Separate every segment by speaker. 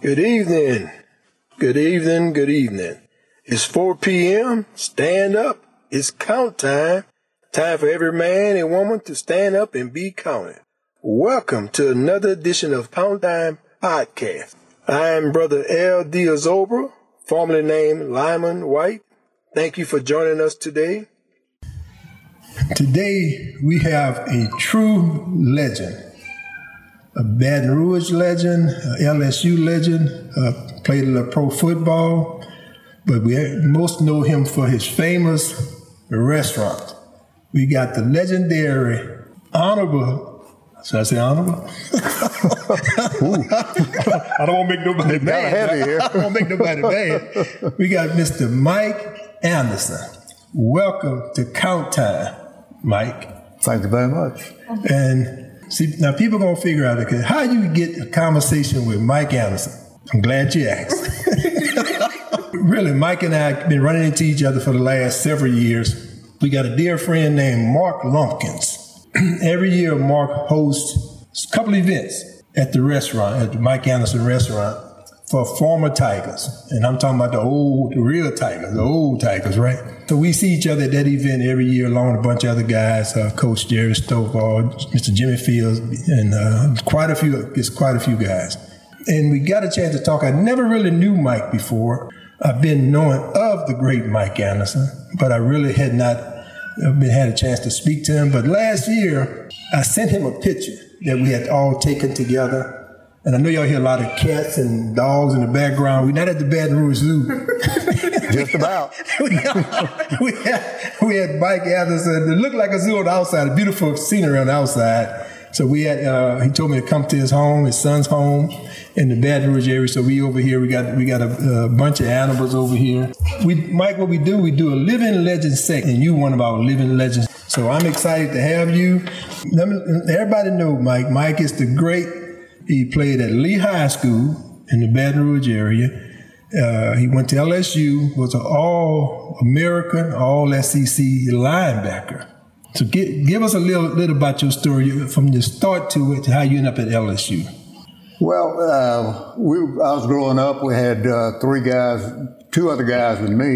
Speaker 1: Good evening. Good evening. Good evening. It's 4 p.m. Stand up. It's count time. Time for every man and woman to stand up and be counted. Welcome to another edition of Pound Time Podcast. I am Brother L.D. Azobra, formerly named Lyman White. Thank you for joining us today. Today we have a true legend a Baton Rouge legend, a LSU legend, uh, played a little pro football, but we most know him for his famous restaurant. We got the legendary, honorable, should I say honorable?
Speaker 2: I don't want to make nobody
Speaker 3: Kinda
Speaker 2: mad.
Speaker 3: heavy here.
Speaker 1: I don't make nobody mad. We got Mr. Mike Anderson. Welcome to Count Time, Mike.
Speaker 3: Thank you very much.
Speaker 1: And see, now people gonna figure out okay, how you get a conversation with Mike Anderson. I'm glad you asked. really, Mike and I have been running into each other for the last several years. We got a dear friend named Mark Lumpkins. Every year, Mark hosts a couple events at the restaurant, at the Mike Anderson restaurant, for former Tigers. And I'm talking about the old, the real Tigers, the old Tigers, right? So we see each other at that event every year along with a bunch of other guys, uh, Coach Jerry Stovall, Mr. Jimmy Fields, and uh, quite a few, it's quite a few guys. And we got a chance to talk. I never really knew Mike before. I've been knowing of the great Mike Anderson, but I really had not uh, been had a chance to speak to him. But last year, I sent him a picture that we had all taken together and I know y'all hear a lot of cats and dogs in the background. We're not at the Baton Rouge Zoo.
Speaker 3: Just about.
Speaker 1: we, had, we, had, we had Mike Anderson. It looked like a zoo on the outside, a beautiful scenery on the outside. So we had, uh, he told me to come to his home, his son's home in the Baton Rouge area. So we over here, we got, we got a, a bunch of animals over here. We, Mike, what we do, we do a living legend segment and you one of our living legends. So I'm excited to have you. Let me, everybody know Mike. Mike is the great he played at Lee High School in the Baton Rouge area. Uh, he went to LSU, was an All American, All SEC linebacker. So gi- give us a little, little about your story from the start to it, to how you end up at LSU.
Speaker 3: Well, uh, we, I was growing up, we had uh, three guys, two other guys with me,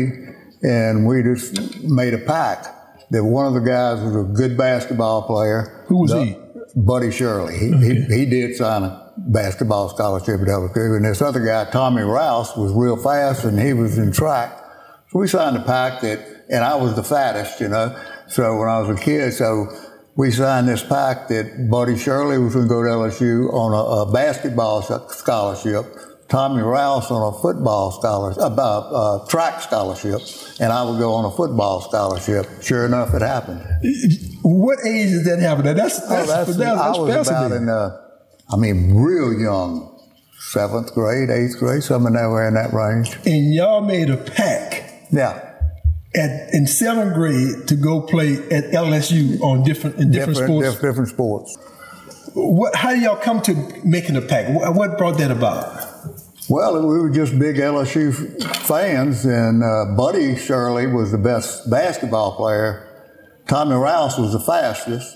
Speaker 3: and we just made a pact that one of the guys was a good basketball player.
Speaker 1: Who was
Speaker 3: The-
Speaker 1: he?
Speaker 3: Buddy Shirley. He, he, he did sign a basketball scholarship at LSU. And this other guy, Tommy Rouse, was real fast, and he was in track. So we signed a pact that, and I was the fattest, you know. So when I was a kid, so we signed this pact that Buddy Shirley was going to go to LSU on a, a basketball sc- scholarship, Tommy Rouse on a football scholarship, uh, uh, uh, track scholarship, and I would go on a football scholarship. Sure enough, it happened.
Speaker 1: What age did that happen? Now, That's,
Speaker 3: Oh,
Speaker 1: that's,
Speaker 3: that's,
Speaker 1: that's, that's
Speaker 3: I was about
Speaker 1: fascinating.
Speaker 3: in, uh, I mean, real young, seventh grade, eighth grade, somewhere nowhere in that range.
Speaker 1: and y'all made a pact.
Speaker 3: Yeah,
Speaker 1: At, in seventh grade to go play at LSU on different in different,
Speaker 3: different,
Speaker 1: sports.
Speaker 3: diff- different sports.
Speaker 1: What, how did y'all come to making a pact? What, what brought that about?
Speaker 3: Well, we were just big LSU fans, and uh, Buddy Shirley was the best basketball player. Tommy Rouse was the fastest,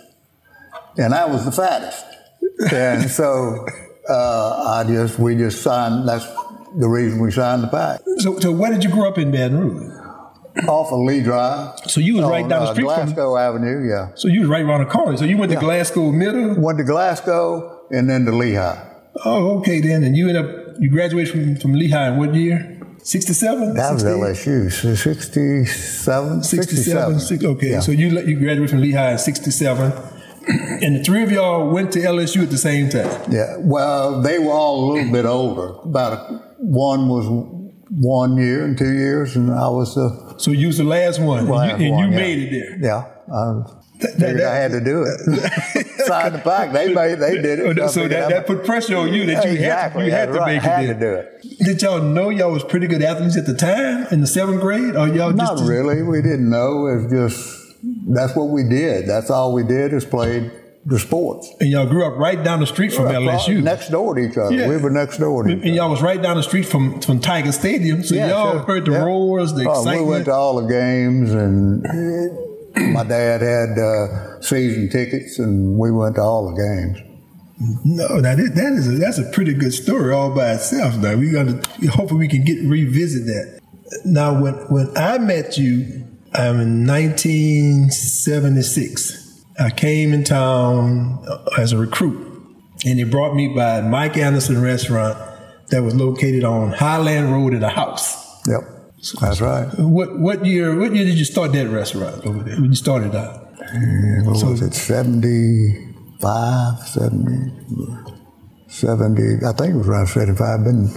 Speaker 3: and I was the fattest. And so uh, I just we just signed. That's the reason we signed the pact.
Speaker 1: So, so where did you grow up in Baton Rouge?
Speaker 3: Off of Lee Drive.
Speaker 1: So you was right
Speaker 3: on,
Speaker 1: down the
Speaker 3: uh,
Speaker 1: street from.
Speaker 3: Glasgow Avenue. Yeah.
Speaker 1: So you was right around the corner. So you went to
Speaker 3: Yeah.
Speaker 1: Glasgow Middle.
Speaker 3: Went to Glasgow and then to Lehigh.
Speaker 1: Oh, okay then. And you end up you graduated from from Lehigh in what year? Sixty seven.
Speaker 3: That was LSU. So
Speaker 1: 67.
Speaker 3: 67? 67.
Speaker 1: Six, okay,
Speaker 3: Yeah.
Speaker 1: so you let- you graduated from Lehigh in 67. and the three of y'all went to LSU at the same time.
Speaker 3: yeah. Well, they were all a little bit older. About a, one was one year and two years, and I was the
Speaker 1: So you was the last one. and
Speaker 3: last
Speaker 1: you, and
Speaker 3: one,
Speaker 1: you
Speaker 3: yeah.
Speaker 1: made it there.
Speaker 3: Yeah. I
Speaker 1: That-
Speaker 3: figured
Speaker 1: that-
Speaker 3: I had to do it. Signed the pack. They made. They did it. I
Speaker 1: Oh, So
Speaker 3: figured
Speaker 1: that,
Speaker 3: I-
Speaker 1: that put pressure on you that you
Speaker 3: exactly.
Speaker 1: had to, you had
Speaker 3: That's right.
Speaker 1: to make
Speaker 3: had
Speaker 1: it there.
Speaker 3: to do it.
Speaker 1: Did y'all know y'all was pretty good athletes at the time in the seventh grade, or y'all
Speaker 3: Not
Speaker 1: just
Speaker 3: really. We didn't know. It was just that's what we did. That's all we did is played the sports.
Speaker 1: and y'all grew up right down the street from LSU,
Speaker 3: Next door to each other.
Speaker 1: Yeah.
Speaker 3: We were next door to each
Speaker 1: and
Speaker 3: other.
Speaker 1: y'all was right down the street from from Tiger Stadium. So
Speaker 3: Yeah,
Speaker 1: y'all
Speaker 3: sure.
Speaker 1: heard the
Speaker 3: Yeah.
Speaker 1: roars, the
Speaker 3: Oh,
Speaker 1: excitement.
Speaker 3: we went to all the games, and my dad had uh, season tickets, and we went to all the games.
Speaker 1: No, now that, that is a, that's a pretty good story all by itself. Now we gonna hopefully we can get revisit that. Now when when I met you, I'm in 1976. I came in town uh, as a recruit, and they brought me by Mike Anderson Restaurant that was located on Highland Road at a house.
Speaker 3: Yep. That's right.
Speaker 1: What what year what year did you start that restaurant over there? When you started out?
Speaker 3: And What was it, 75, 70, 70, I think it was around 75. Been,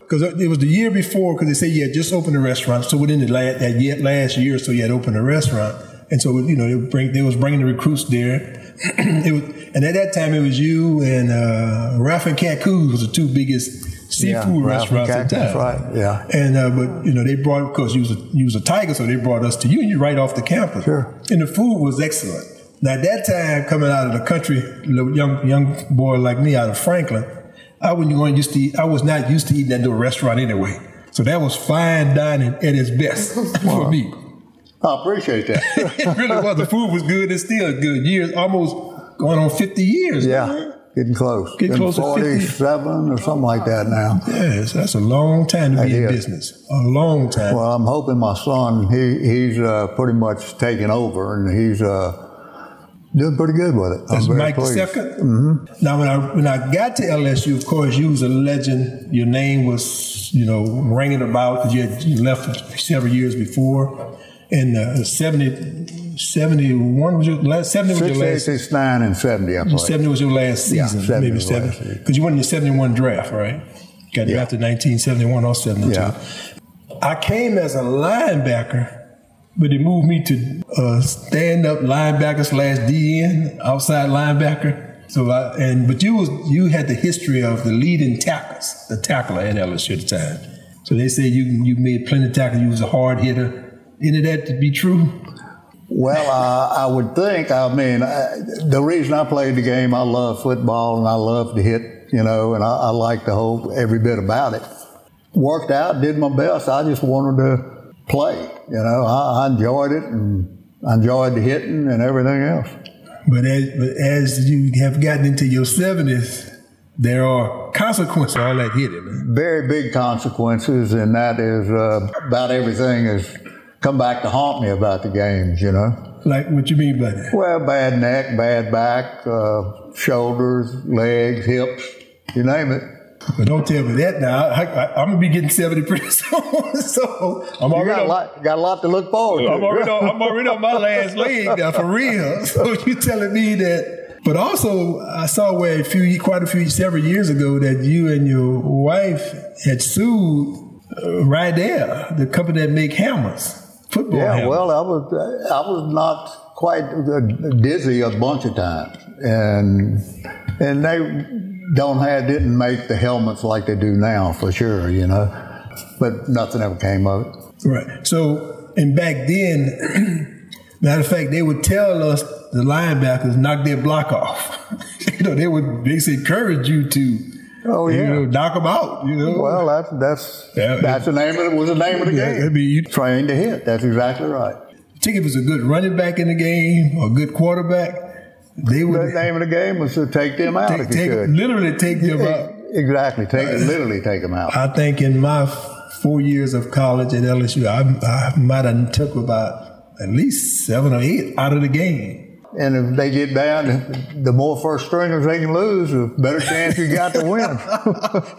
Speaker 1: Because it was the year before, because they said you had just opened a restaurant. So within the last, that yet last year, or so you had opened a restaurant, and so you know they would bring they was bringing the recruits there. it was, and at that time it was you and uh, Ralph and Cancun was the two biggest
Speaker 3: Yeah,
Speaker 1: seafood
Speaker 3: Ralph and
Speaker 1: restaurants at the time.
Speaker 3: Cancun, that's right, yeah.
Speaker 1: And uh, but you know they brought because you was a, you was a tiger, so they brought us to you. and You right off the campus.
Speaker 3: Sure.
Speaker 1: And the food was excellent. Now at that time, coming out of the country, little young young boy like me out of Franklin, I wasn't going used to. Eat, I was not used to eating at no restaurant anyway. So that was fine dining at its best for me.
Speaker 3: I appreciate that.
Speaker 1: It really was. The food was good. It's still good. Years almost going on fifty years.
Speaker 3: yeah, getting close.
Speaker 1: Getting
Speaker 3: Been
Speaker 1: close to
Speaker 3: 47 or something like that now.
Speaker 1: Yes, that's a long time to
Speaker 3: That
Speaker 1: be in
Speaker 3: is.
Speaker 1: business. A long time.
Speaker 3: Well, I'm hoping my son, he, he's uh, pretty much taking over and he's uh, doing pretty good with it.
Speaker 1: That's
Speaker 3: I'm very
Speaker 1: Mike
Speaker 3: pleased. Mm-hmm.
Speaker 1: the 2nd Now, when I when I got to LSU, of course, you was a legend. Your name was you know ringing about because you had you left several years before. And uh, 70, 71 was your last seventy was your
Speaker 3: 68,
Speaker 1: last
Speaker 3: 69, and 70, I played.
Speaker 1: seventy was your last
Speaker 3: Yeah,
Speaker 1: season,
Speaker 3: 70
Speaker 1: maybe
Speaker 3: was the
Speaker 1: seven
Speaker 3: last season.
Speaker 1: because you went in the seventy one draft, right? Got
Speaker 3: Yeah.
Speaker 1: drafted nineteen seventy one or seventy two.
Speaker 3: Yeah.
Speaker 1: I came as a linebacker, but they moved me to uh, stand up linebacker slash DN, outside linebacker. So I, and but you was you had the history of the leading tackles, the tackler at LSU at the time. So they say you you made plenty of tackles. You was a hard hitter. Any of that to be true?
Speaker 3: Well, I, I would think. I mean, I, the reason I played the game, I love football and I love to hit, you know, and I, I like the whole every bit about it. Worked out, did my best. I just wanted to play, you know. I, I enjoyed it and I enjoyed the hitting and everything else.
Speaker 1: But as but as you have gotten into your seventies, there are consequences. to All that hitting. man.
Speaker 3: Very big consequences, and that is uh, about everything has come back to haunt me about the games, you know.
Speaker 1: Like what you mean by that?
Speaker 3: Well, bad neck, bad back, uh, shoulders, legs, hips, you name it.
Speaker 1: But don't tell me that now. I, I, I'm gonna be getting seventy pretty soon. So I'm
Speaker 3: You
Speaker 1: already
Speaker 3: got a
Speaker 1: on,
Speaker 3: lot, got a lot to look forward to.
Speaker 1: I'm already on, I'm already on my last leg now for real. So you telling me that? But also, I saw where a few, quite a few, several years ago that you and your wife had sued uh, Rydell, the company that make hammers, football
Speaker 3: yeah,
Speaker 1: hammers.
Speaker 3: well, I was, I was not quite uh, dizzy a bunch of times, and and they don't have didn't make the helmets like they do now for sure, you know. But nothing ever came of it.
Speaker 1: Right. So, and back then, matter of fact, they would tell us the linebackers knock their block off. you know, they would basically encourage you to,
Speaker 3: Oh,
Speaker 1: you
Speaker 3: yeah.
Speaker 1: know, knock them out. You know,
Speaker 3: Well, that's that's
Speaker 1: Yeah, it-
Speaker 3: that's the name of it was the name of the
Speaker 1: Yeah, I
Speaker 3: game.
Speaker 1: mean, you
Speaker 3: Trained to hit. That's exactly right.
Speaker 1: think if it was a good running back in the game or a good quarterback, they
Speaker 3: The
Speaker 1: would
Speaker 3: name of the game was to take them out
Speaker 1: take, Uh,
Speaker 3: if you
Speaker 1: take-
Speaker 3: could.
Speaker 1: literally take them out.
Speaker 3: Exactly. Take literally take them out.
Speaker 1: I think in my f- four years of college at LSU, I, I might have took about at least seven or eight out of the game.
Speaker 3: And if they get down, the more first stringers they can lose, the better chance you got to win.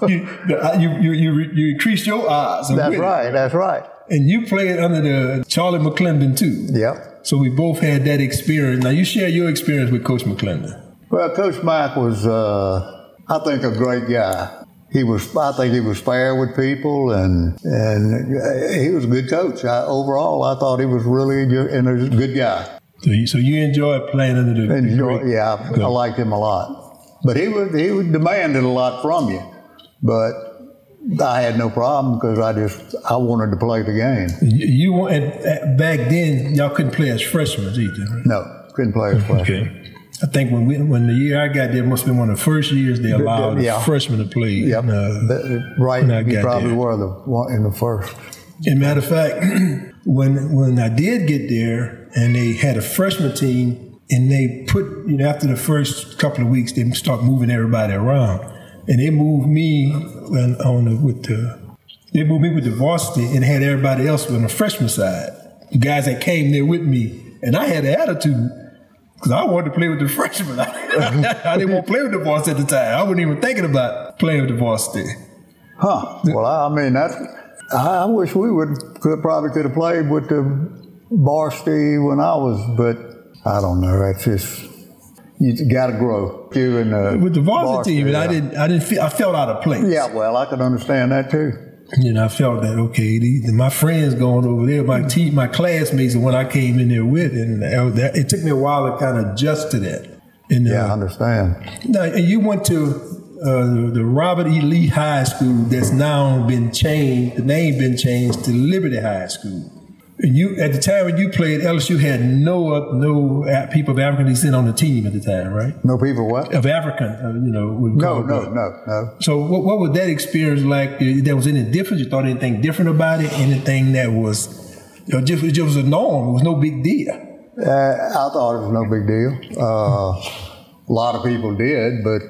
Speaker 1: you, the- uh, you, you, you, re- you increase your odds. of
Speaker 3: That's
Speaker 1: winning.
Speaker 3: right. That's right.
Speaker 1: And you played under the Charlie McClendon too.
Speaker 3: Yep.
Speaker 1: So we both had that experience. Now you share your experience with Coach McClendon.
Speaker 3: Well, Coach Mike was, uh, I think, a great guy. He was, I think, he was fair with people, and and uh, he was a good coach. I, overall, I thought he was really good and a good guy.
Speaker 1: So you, so you enjoyed playing under the. the
Speaker 3: Enjoy,
Speaker 1: great-
Speaker 3: yeah, I, I liked him a lot. But he was he was demanded a lot from you, but I had no problem because I just I wanted to play the game.
Speaker 1: You, you wa- and at, back then y'all couldn't play as freshmen either. Right?
Speaker 3: No, couldn't play as well.
Speaker 1: Okay. I think when we, when the year I got there must have been one of the first years they allowed
Speaker 3: yeah.
Speaker 1: freshmen to play.
Speaker 3: Yep.
Speaker 1: And, uh,
Speaker 3: That- right.
Speaker 1: when I
Speaker 3: You
Speaker 1: got
Speaker 3: probably
Speaker 1: there.
Speaker 3: were the one in the first.
Speaker 1: And matter of fact, when when I did get there and they had a freshman team, and they put you know after the first couple of weeks they start moving everybody around, and they moved me on, on the, with the they moved me with the varsity and had everybody else on the freshman side. The guys that came there with me, and I had an attitude because I wanted to play with the freshmen. I didn't want to play with the varsity at the time. I wasn't even thinking about playing with the varsity.
Speaker 3: Huh. Well, I mean, that's, I I wish we would could probably could have played with the varsity when I was, but I don't know. That's just you got to grow. You and uh,
Speaker 1: With the varsity team, and I
Speaker 3: yeah.
Speaker 1: didn't. I didn't feel. I felt out of place.
Speaker 3: Yeah, well, I can understand that too.
Speaker 1: You know, I felt that okay, these, my friends going over there,
Speaker 3: Mm-hmm.
Speaker 1: my te- my classmates, and when I came in there with, and I was- that, it took me a while to kind of adjust to that. And uh,
Speaker 3: Yeah, I understand.
Speaker 1: now, and you went to. Uh, the Robert E. Lee High School that's now been changed, the name been changed to Liberty High School. And you, at the time when you played, LSU had no no uh, people of African descent on the team at the time, right?
Speaker 3: No people, what?
Speaker 1: Of African, uh, you know. would call
Speaker 3: No,
Speaker 1: it
Speaker 3: no,
Speaker 1: that.
Speaker 3: no, no.
Speaker 1: So what, what was that experience like? Uh, There was any difference? You thought anything different about it? Anything that was you know, just, it just was a norm. It was no big deal.
Speaker 3: Uh, I thought it was no big deal. Uh, a lot of people did, but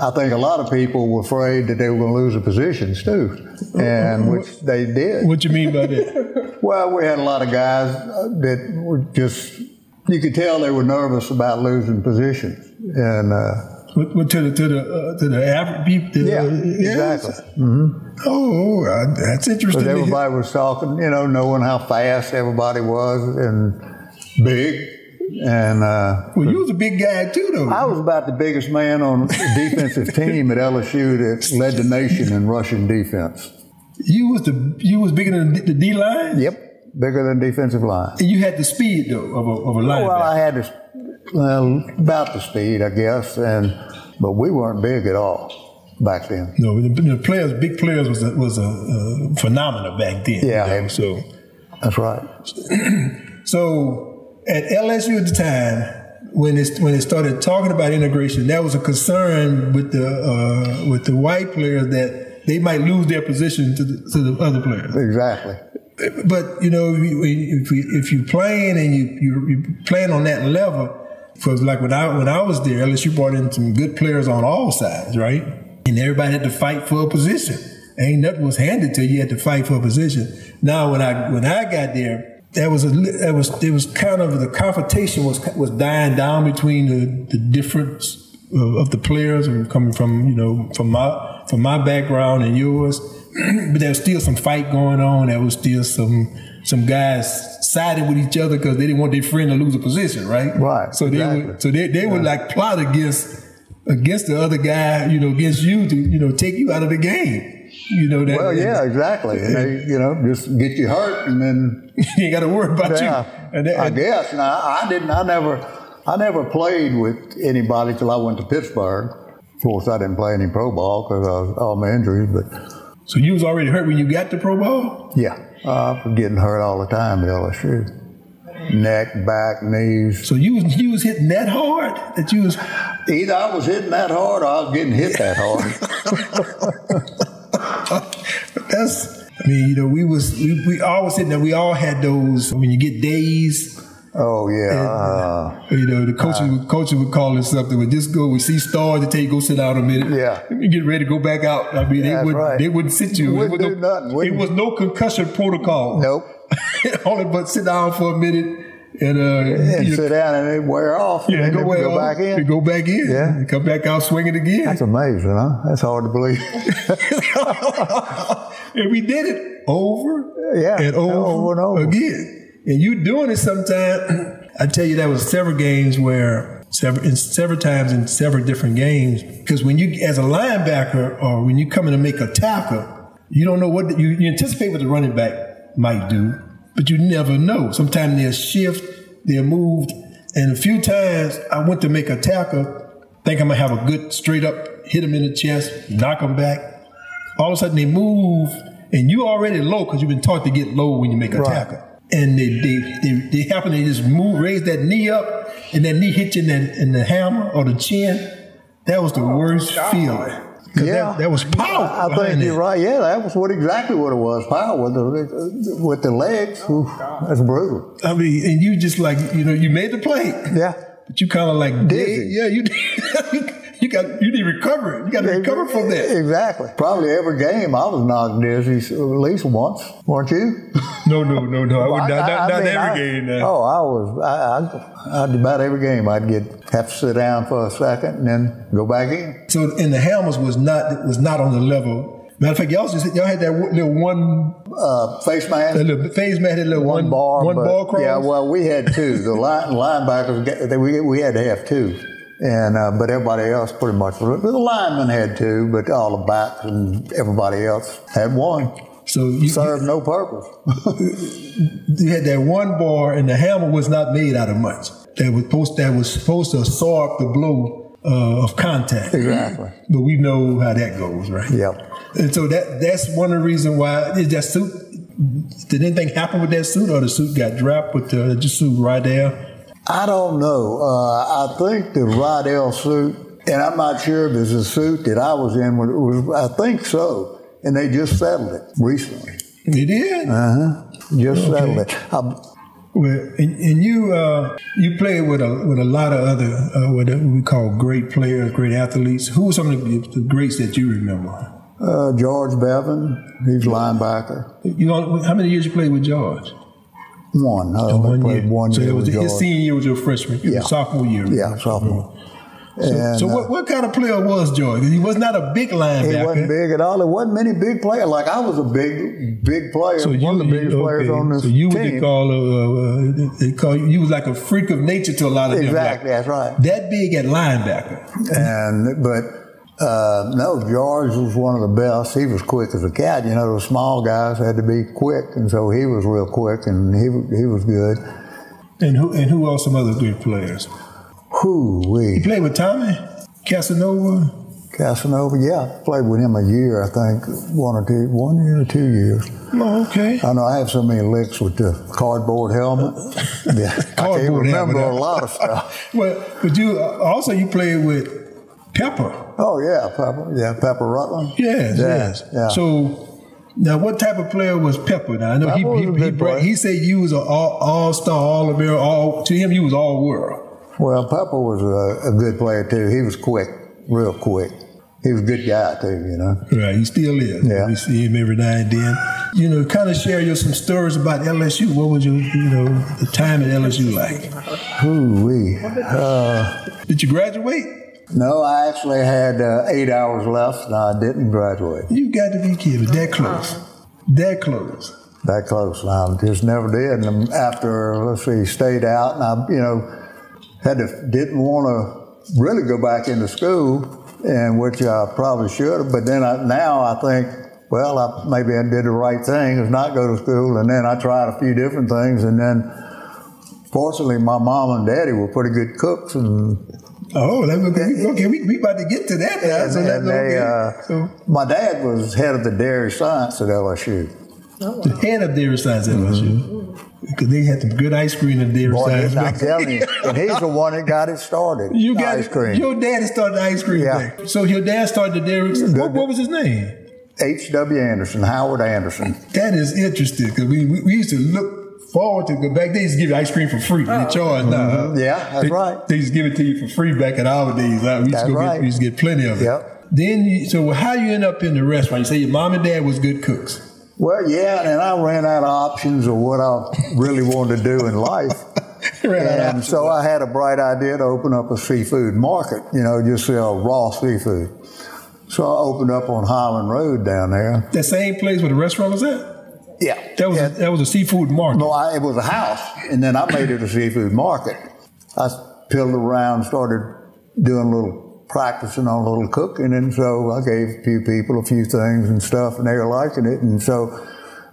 Speaker 3: I think a lot of people were afraid that they were going to lose their positions too, and which they did.
Speaker 1: What you mean by that?
Speaker 3: Well, we had a lot of guys uh, that were just, you could tell they were nervous about losing positions. And uh,
Speaker 1: what, what, to the to the uh, to the average people? to the-
Speaker 3: yeah,
Speaker 1: yes?
Speaker 3: exactly.
Speaker 1: Oh, uh, that's interesting.
Speaker 3: Because
Speaker 1: to hear.
Speaker 3: everybody was talking, you know, knowing how fast everybody was and big. And uh,
Speaker 1: Well, you was a big guy too, though.
Speaker 3: I was about the biggest man on the defensive team at LSU that led the nation in rushing defense.
Speaker 1: you was the you was bigger than the D line.
Speaker 3: Yep, bigger than defensive line.
Speaker 1: And you had the speed though of a of a linebacker.
Speaker 3: Oh, Well, I had this, well, about the speed, I guess, and but we weren't big at all back then.
Speaker 1: no, the, the players, big players, was a, was a uh, phenomenon back then. you
Speaker 3: Yeah.
Speaker 1: know, so
Speaker 3: That's right.
Speaker 1: So at LSU at the time, when it when it started talking about integration, that was a concern with the uh, with the white players that they might lose their position to the, to the other players.
Speaker 3: Exactly.
Speaker 1: But you know, if you if you, if you playing and you you you playing on that level, because like when I when I was there, LSU brought in some good players on all sides, right? And everybody had to fight for a position. Ain't nothing was handed to you. You had to fight for a position. Now when I when I got there, that was a li- that was it was kind of the confrontation was was dying down between the the difference of, of the players and coming from you know from my from my background and yours, but there was still some fight going on. There was still some some guys siding with each other because they didn't want their friend to lose a position, right?
Speaker 3: Right,
Speaker 1: So they
Speaker 3: exactly.
Speaker 1: would so they, they would like plot against against the other guy, you know, against you to you know take you out of the game. You know that.
Speaker 3: Well, yeah, exactly. And they, you know, just get you hurt, and then
Speaker 1: you ain't got to worry about
Speaker 3: yeah,
Speaker 1: you. And that-
Speaker 3: I
Speaker 1: and-
Speaker 3: guess. Now, I didn't. I never, I never played with anybody till I went to Pittsburgh. Of course, I didn't play any pro ball because of all my injuries. But
Speaker 1: so you was already hurt when you got the Pro Bowl.
Speaker 3: yeah, uh, I was getting hurt all the time at LSU. Neck, back, knees.
Speaker 1: So you was you was hitting that hard that you was.
Speaker 3: Either I was hitting that hard or I was getting hit that hard.
Speaker 1: That's. I mean, you know, we was we, we always said that we all had those when you get days.
Speaker 3: Oh yeah, uh,
Speaker 1: You know, the coaches
Speaker 3: Uh-huh.
Speaker 1: would coaches would call us something. We just go. We see stars. They tell you go sit down a minute.
Speaker 3: Yeah.
Speaker 1: You get ready to go back out. I mean, they
Speaker 3: That's
Speaker 1: would
Speaker 3: right.
Speaker 1: they wouldn't sit you.
Speaker 3: Wouldn't
Speaker 1: It was
Speaker 3: do
Speaker 1: no,
Speaker 3: nothing, wouldn't
Speaker 1: It was no concussion protocol.
Speaker 3: nope.
Speaker 1: Only but sit down for a minute and uh
Speaker 3: And
Speaker 1: you know,
Speaker 3: sit down and it wear off.
Speaker 1: yeah,
Speaker 3: and
Speaker 1: go,
Speaker 3: then
Speaker 1: back out,
Speaker 3: back in.
Speaker 1: and Go back in.
Speaker 3: Yeah.
Speaker 1: And come back out swinging again.
Speaker 3: That's amazing, huh? That's hard to believe.
Speaker 1: and we did it over
Speaker 3: Yeah,
Speaker 1: and over,
Speaker 3: over and over.
Speaker 1: again. And you doing it sometime. I tell you, that was several games where several in several times in several different games. Because when you, as a linebacker, or when you come in to make a tackle, you don't know what you, you anticipate what the running back might do, but you never know. Sometimes they'll shift, they're moved, and a few times I went to make a tackle, think I'm gonna have a good straight up hit him in the chest, knock him back all of a sudden they move and you already low because you've been taught to get low when you make a
Speaker 3: Right.
Speaker 1: tackle and they they, they they happen to just move raise that knee up and that knee hit you in the, in the hammer or the chin that was the worst feeling 'Cause that, that was power.
Speaker 3: Oh, I
Speaker 1: behind
Speaker 3: think
Speaker 1: that.
Speaker 3: you're right. Yeah, that was what exactly what it was. Power with the, with the legs. Oof, that's brutal.
Speaker 1: I mean, and you just like you know you made the play,
Speaker 3: Yeah.
Speaker 1: but you kind of like
Speaker 3: Dizzy.
Speaker 1: did. Yeah, you you got you need recovery. You got to recover from that.
Speaker 3: Exactly. Probably every game I was knocked dizzy at least once, weren't you?
Speaker 1: No, no, no, no. I would not,
Speaker 3: Oh, I- I- I
Speaker 1: not, not
Speaker 3: mean, I-
Speaker 1: every game. now.
Speaker 3: Oh, I was. I, I, I'd about every game I'd get have to sit down for a second and then go back in.
Speaker 1: So and the Helmets was not was not on the level. Matter of fact, y'all just y'all had that little one
Speaker 3: Uh, face mask.
Speaker 1: that little phase man had that little
Speaker 3: one bar,
Speaker 1: one
Speaker 3: but-
Speaker 1: ball cross.
Speaker 3: Yeah, well, we had two. The line, linebackers, got- they, we, we had to have two, and uh, but everybody else pretty much. The linemen had two, but all the backs and everybody else had one.
Speaker 1: so you,
Speaker 3: Served no purpose.
Speaker 1: you had that one bar, and the hammer was not made out of much. That was supposed that was supposed to absorb the blow uh, of contact.
Speaker 3: Exactly.
Speaker 1: But we know how that goes, right?
Speaker 3: Yep.
Speaker 1: And so that that's one of the reasons why is that suit. Did anything happen with that suit, or the suit got dropped with the, the suit right there?
Speaker 3: I don't know. Uh, I think the Rydell suit, and I'm not sure if it's a suit that I was in. When it was, I think so, and they just settled it recently.
Speaker 1: It did.
Speaker 3: Uh-huh. Just settled it. Uh, I,
Speaker 1: Well, and, and you uh, you played with a with a lot of other uh, what we call great players, great athletes. Who were some of the, the greats that you remember?
Speaker 3: uh, George Bevan, he's linebacker.
Speaker 1: You know, how many years you played with George?
Speaker 3: One. I only played one
Speaker 1: so
Speaker 3: year
Speaker 1: it was
Speaker 3: with
Speaker 1: his
Speaker 3: George.
Speaker 1: senior year was your freshman, your
Speaker 3: Yeah.
Speaker 1: sophomore year. Mm-hmm.
Speaker 3: Yeah, sophomore. And,
Speaker 1: So
Speaker 3: uh,
Speaker 1: what, what kind of player was George? 'Cause He was not a big linebacker.
Speaker 3: He wasn't big at all. There wasn't many big players. Like I was a big, big player.
Speaker 1: So you,
Speaker 3: one of the biggest
Speaker 1: you-
Speaker 3: players
Speaker 1: okay.
Speaker 3: on this
Speaker 1: So you would
Speaker 3: team.
Speaker 1: call, uh, uh, they call you, you was like a freak of nature to a lot of them.
Speaker 3: Exactly,
Speaker 1: like,
Speaker 3: that's right.
Speaker 1: That big at linebacker. Mm-hmm.
Speaker 3: And but uh, no, George was one of the best. He was quick as a cat. You know, the small guys had to be quick, and so he was real quick, and he wa- he was good.
Speaker 1: And who and who else some other good players?
Speaker 3: Whoo
Speaker 1: You
Speaker 3: wee,
Speaker 1: played with Tommy Casanova.
Speaker 3: Casanova. Yeah, played with him a year, I think, one or two, one year or two years.
Speaker 1: Oh, okay.
Speaker 3: I know I have so many licks with the cardboard helmet. Yeah, I can't
Speaker 1: Cardboard
Speaker 3: remember
Speaker 1: helmet.
Speaker 3: a lot of stuff.
Speaker 1: Well, but you uh, also you played with Pepper.
Speaker 3: Oh yeah, Pepper. Yeah, Pepper Rutland.
Speaker 1: Yes,
Speaker 3: Yeah,
Speaker 1: yes.
Speaker 3: Yeah.
Speaker 1: So. Now, what type of player was Pepper? Now, I know
Speaker 3: Pepper was
Speaker 1: he he,
Speaker 3: a
Speaker 1: he,
Speaker 3: good
Speaker 1: brought,
Speaker 3: player.
Speaker 1: he said you was an all all star, all American, all to him you was all world.
Speaker 3: well, Pepper was a, a good player too. He was quick, real quick. He was a good guy too. You know.
Speaker 1: Right, he still is.
Speaker 3: Yeah.
Speaker 1: We see him every now and then. You know, kind of share your some stories about LSU. What was your, you know, the time at LSU like?
Speaker 3: Ooh wee. Uh,
Speaker 1: Did you graduate?
Speaker 3: no, I actually had uh, eight hours left, and I didn't graduate.
Speaker 1: You got to be kidding. That close. That close.
Speaker 3: That close, and I just never did. And after let's see, stayed out, and I, you know, had to didn't want to really go back into school, and which I probably should have. But then I, now I think, well, I, maybe I did the right thing is not go to school, and then I tried a few different things, and then fortunately, my mom and daddy were pretty good cooks, and
Speaker 1: Oh, that would be, okay. We, we about to get to that now. So
Speaker 3: And-
Speaker 1: that's
Speaker 3: and they,
Speaker 1: okay.
Speaker 3: uh,
Speaker 1: so
Speaker 3: my dad was head of the dairy science at LSU.
Speaker 1: the head of dairy science at LSU because they had some good ice cream in dairy
Speaker 3: Mm-hmm. Boy,
Speaker 1: science.
Speaker 3: I'm telling you, and he's the one that got it started.
Speaker 1: You got
Speaker 3: ice cream.
Speaker 1: Your daddy started the ice cream
Speaker 3: Yeah.
Speaker 1: thing. So your dad started the dairy. What, what was his name?
Speaker 3: H.W. Anderson, Howard Anderson.
Speaker 1: That is interesting because we, we, we used to look forward to go back. They used to give you ice cream for free. They charged now. huh?
Speaker 3: Mm-hmm. Yeah, that's
Speaker 1: They-
Speaker 3: right.
Speaker 1: They used to give it to you for free back in our days. Like, we, used
Speaker 3: That's
Speaker 1: to go
Speaker 3: right.
Speaker 1: get, we used to get plenty of it.
Speaker 3: Yep.
Speaker 1: Then, you, so how you end up in the restaurant? You say your mom and dad was good cooks.
Speaker 3: Well, yeah, and I ran out of options of what I really wanted to do in life.
Speaker 1: Right out of
Speaker 3: And so I had a bright idea to open up a seafood market, you know, just sell raw seafood. So I opened up on Highland Road down there.
Speaker 1: that same place where the restaurant was at.
Speaker 3: Yeah.
Speaker 1: That was
Speaker 3: Yeah.
Speaker 1: that was a seafood market.
Speaker 3: No, I, it was a house, and then I made it a seafood market. I piddled around, started doing a little practicing on a little cooking, and so I gave a few people a few things and stuff, and they were liking it, and so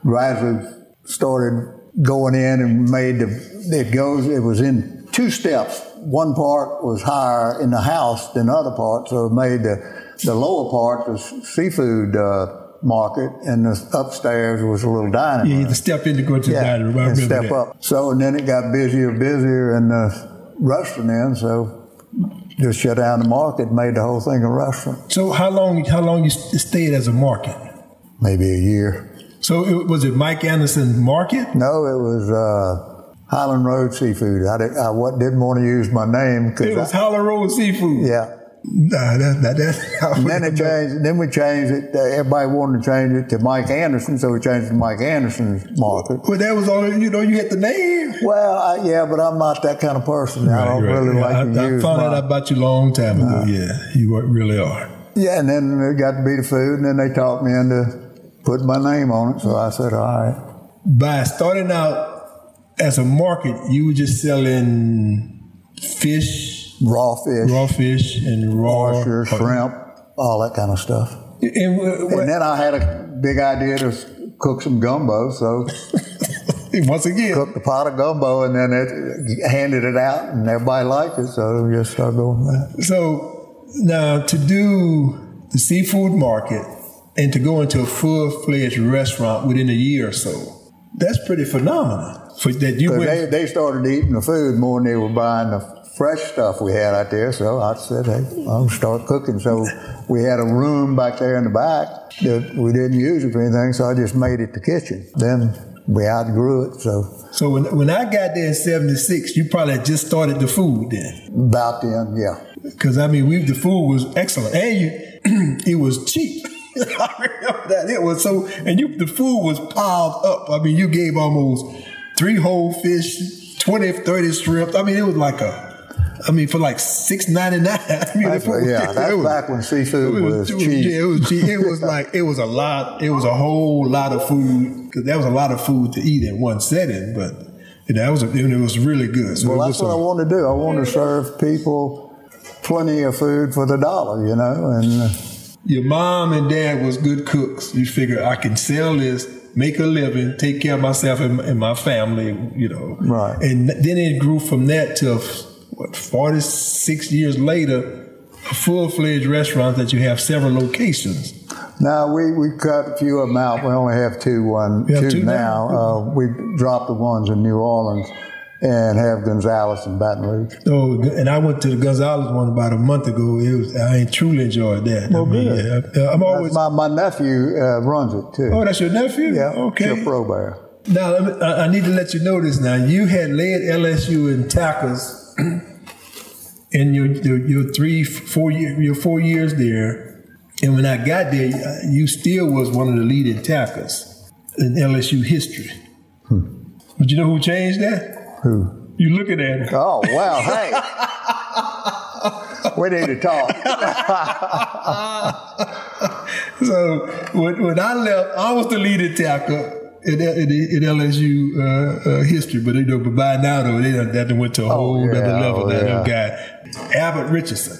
Speaker 3: gradually started going in and made the it goes. It was in two steps. One part was higher in the house than the other part, so it made the the lower part the seafood uh, market, and the upstairs was a little dining
Speaker 1: You
Speaker 3: room
Speaker 1: had to step in to go to the dining room. I
Speaker 3: Uh, and
Speaker 1: remember
Speaker 3: step
Speaker 1: that.
Speaker 3: up. So and then it got busier, busier, and uh, restaurant in. So just shut down the market, made the whole thing a restaurant.
Speaker 1: So how long how long you s- stayed as a market?
Speaker 3: Maybe a year.
Speaker 1: So it, was it Mike Anderson Market?
Speaker 3: No, it was uh, Highland Road Seafood. I, did, I what, didn't want to use my
Speaker 1: It
Speaker 3: name because
Speaker 1: was Hollow Road Seafood.
Speaker 3: yeah.
Speaker 1: Nah, that, that, that,
Speaker 3: And then it changed. Then we changed it. uh, Everybody wanted to change it to Mike Anderson, so we changed it to Mike Anderson's Market.
Speaker 1: Well, that was all. You know, you had the name.
Speaker 3: Well, I, yeah, but I'm not that kind of person. I don't really
Speaker 1: Yeah,
Speaker 3: like to
Speaker 1: I, I
Speaker 3: use
Speaker 1: found
Speaker 3: my-
Speaker 1: out about you a long time ago. yeah, you wa- really are.
Speaker 3: Yeah, and then it got to be the food, and then they talked me into putting my name on it. So I said, all right.
Speaker 1: By starting out as a market, you were just selling fish,
Speaker 3: Raw fish,
Speaker 1: raw fish, and raw
Speaker 3: oyster, shrimp, all that kind of stuff.
Speaker 1: And uh, wha-
Speaker 3: And
Speaker 1: wha-
Speaker 3: then I had a big idea to s- cook some gumbo, so
Speaker 1: once again,
Speaker 3: cooked a pot of gumbo, and then it handed it out, and everybody liked it, so we just started going with that.
Speaker 1: So now to do the seafood market and to go into a full-fledged restaurant within a year or so, that's pretty phenomenal. For that you
Speaker 3: 'Cause
Speaker 1: went,
Speaker 3: They, they started eating the food more than they were buying the fresh stuff we had out there, so I said, hey, I'll start cooking. So we had a room back there in the back that we didn't use it for anything, so I just made it the kitchen. Then we outgrew it, so
Speaker 1: so when, when I got there in '76, you probably had just started the food then,
Speaker 3: about then, yeah.
Speaker 1: because I mean, we the food was excellent and you, it was cheap. I remember that it was so, and you the food was piled up. I mean, you gave almost three whole fish, 20, 30 shrimp. I mean, it was like a. I mean, for like six ninety nine. I mean, the
Speaker 3: That's,
Speaker 1: food-
Speaker 3: yeah,
Speaker 1: it
Speaker 3: that's
Speaker 1: was-
Speaker 3: back when seafood was
Speaker 1: it
Speaker 3: cheap.
Speaker 1: Yeah, it was cheap. It was like it was a lot. It was a whole lot of food because there was a lot of food to eat in one setting. But you know, that was a, and it was really good. So
Speaker 3: Well,
Speaker 1: it
Speaker 3: that's
Speaker 1: was
Speaker 3: what I want to do. I want to serve people plenty of food for the dollar, you know. And uh,
Speaker 1: your mom and dad was good cooks. You figure I can sell this, make a living, take care of myself and, and my family. You know,
Speaker 3: Right.
Speaker 1: And then it grew from that to what forty six years later. A full fledged restaurant that you have several locations.
Speaker 3: now we, we cut a few of them out. We only have two one
Speaker 1: You have two now?
Speaker 3: now. Uh, we dropped the ones in New Orleans and have Gonzales and Baton Rouge.
Speaker 1: Oh, and I went to the Gonzalez one about a month ago. It was I truly enjoyed that. I mean, yeah, I- I'm always.
Speaker 3: That's Uh, my, my nephew uh, runs it too.
Speaker 1: oh, that's your nephew.
Speaker 3: yeah,
Speaker 1: Okay.
Speaker 3: Chip Robert.
Speaker 1: Now let me- I, I need to let you know this. Now you had led LSU in tackles in your, your your three four year your four years there, and when I got there, uh, you still was one of the leading tackles in LSU history. But you know who changed that?
Speaker 3: Who?
Speaker 1: You looking at him?
Speaker 3: Oh wow! Hey, we need to talk.
Speaker 1: So when, when I left, I was the leading tackle in, in, in LSU uh, uh, history. But you know, but by now though, they done, that done went to a whole
Speaker 3: yeah,
Speaker 1: other level.
Speaker 3: oh,
Speaker 1: that little guy, Abbott Richardson.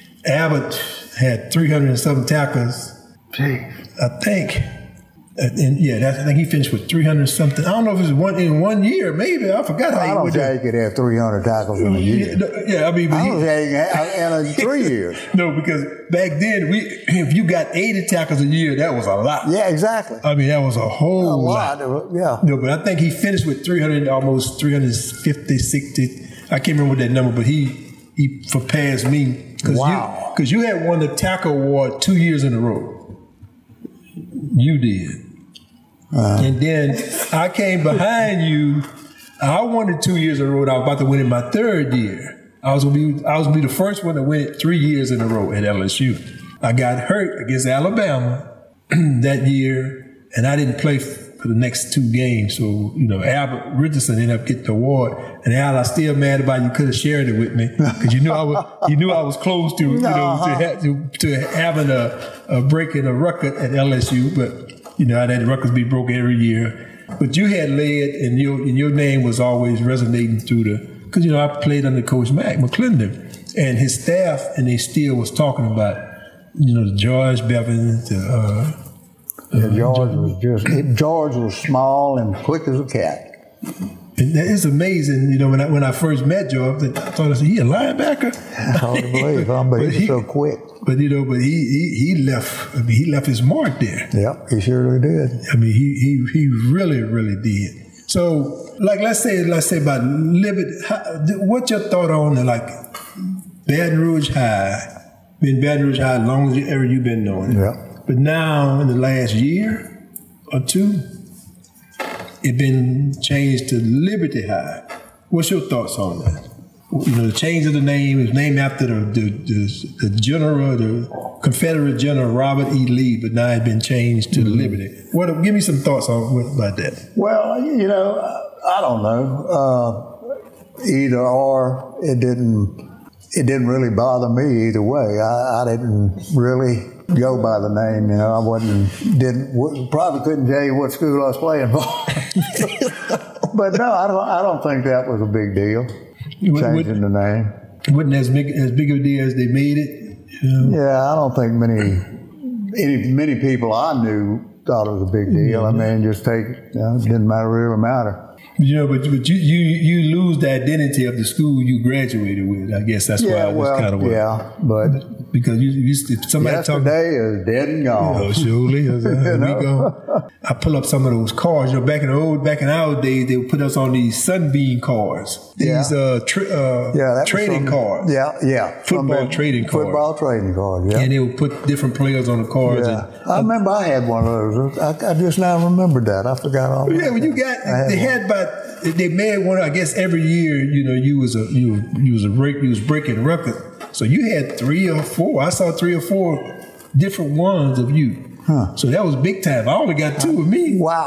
Speaker 1: Abbott had 300 and some tackles. I think. And, and yeah, that's, I think he finished with 300 something. I don't know if it was one in one year, maybe. I forgot how
Speaker 3: I
Speaker 1: he
Speaker 3: don't
Speaker 1: would
Speaker 3: think
Speaker 1: do.
Speaker 3: you could have 300 tackles in a
Speaker 1: Yeah,
Speaker 3: year.
Speaker 1: no, yeah, I mean, but
Speaker 3: I
Speaker 1: he-
Speaker 3: don't think you can have- in three years.
Speaker 1: no, because back then we, if you got 80 tackles a year, that was a lot.
Speaker 3: Yeah, exactly.
Speaker 1: I mean, that was a whole
Speaker 3: a
Speaker 1: lot.
Speaker 3: lot. of- Yeah.
Speaker 1: No, but I think he finished with 300, almost 350, 60. I can't remember that number, but he he surpassed me. Cause
Speaker 3: Wow.
Speaker 1: Because you, had won the tackle award two years in a row. You did. and then I came behind you. I won it two years in a row. and I was about to win it my third year. I was gonna be I was gonna be the first one to win it three years in a row at LSU. I got hurt against Alabama that year, and I didn't play for the next two games. So you know, Albert Richardson ended up getting the award, and Al, I'm still mad about you could have shared it with me because you knew I was you knew I was close to you know to, ha- to to having a, a break in a record at LSU, but you know how that records be broke every year. But you had led, and your and your name was always resonating through the because you know I played under Coach Mac McClendon and his staff, and they still was talking about you know George Bevins, the, uh,
Speaker 3: Yeah, George was just George was small and quick as a cat.
Speaker 1: And that is amazing, you know. When I when I first met Joe, I thought- I thought I said he a linebacker,
Speaker 3: I hard to believe, huh? but he was
Speaker 1: he-
Speaker 3: so quick.
Speaker 1: but you know, but he he, he left. I mean, he left his mark there.
Speaker 3: Yep, he surely did.
Speaker 1: I mean, he he he really really did. So, like, let's say let's say about Libet. how- What's your thought on like Baton Rouge High, been Baton Rouge High as long as you, ever you've been knowing it.
Speaker 3: Yeah.
Speaker 1: But now, in the last year or two, it been changed to Liberty High. What's your thoughts on that? You know, the change of the name is named after the, the, the, the general, the Confederate General Robert E. Lee, but now it's been changed to
Speaker 3: Mm-hmm.
Speaker 1: Liberty. What? Give me some thoughts on what, about that.
Speaker 3: Well, you know, I don't know. Uh, either or, it didn't. It didn't really bother me either way. I, I didn't really go by the name. You know, I wasn't. Didn't wa- probably couldn't tell you what school I was playing for. but no, I don't. I don't think that was a big deal.
Speaker 1: What- what-
Speaker 3: Changing the name.
Speaker 1: wasn't as big as big of a deal as they made it. You know?
Speaker 3: Yeah, I don't think many any many people I knew thought it was a big deal. I mean, just take you know, it didn't matter really matter.
Speaker 1: You know, but, but you, you you lose the identity of the school you graduated with. I guess that's why
Speaker 3: Yeah,
Speaker 1: it was
Speaker 3: well,
Speaker 1: kind of work.
Speaker 3: yeah, but
Speaker 1: Because you, you used to, if somebody talking.
Speaker 3: yesterday is dead and gone.
Speaker 1: Oh, surely. I, said,
Speaker 3: You know?
Speaker 1: we go. I pull up some of those cars. You know, back in the old, back in our days, they would put us on these sunbeam cars, these
Speaker 3: Yeah.
Speaker 1: uh, tra- uh,
Speaker 3: Yeah, that was
Speaker 1: trading
Speaker 3: some-
Speaker 1: cars.
Speaker 3: Yeah, yeah, some
Speaker 1: Football
Speaker 3: big-
Speaker 1: trading card.
Speaker 3: Football trading card. Yeah.
Speaker 1: And they would put different players on the cars.
Speaker 3: yeah.
Speaker 1: And,
Speaker 3: I remember I had one of those. I, I just now remembered that. I forgot all.
Speaker 1: Yeah,
Speaker 3: about
Speaker 1: when you
Speaker 3: that.
Speaker 1: got
Speaker 3: I
Speaker 1: they
Speaker 3: one.
Speaker 1: had about they made one. I guess every year, you know, you was a you you was a break you was breaking record. So you had three or four. I saw three or four different ones of you.
Speaker 3: Huh.
Speaker 1: So that was big time. I only got two of me.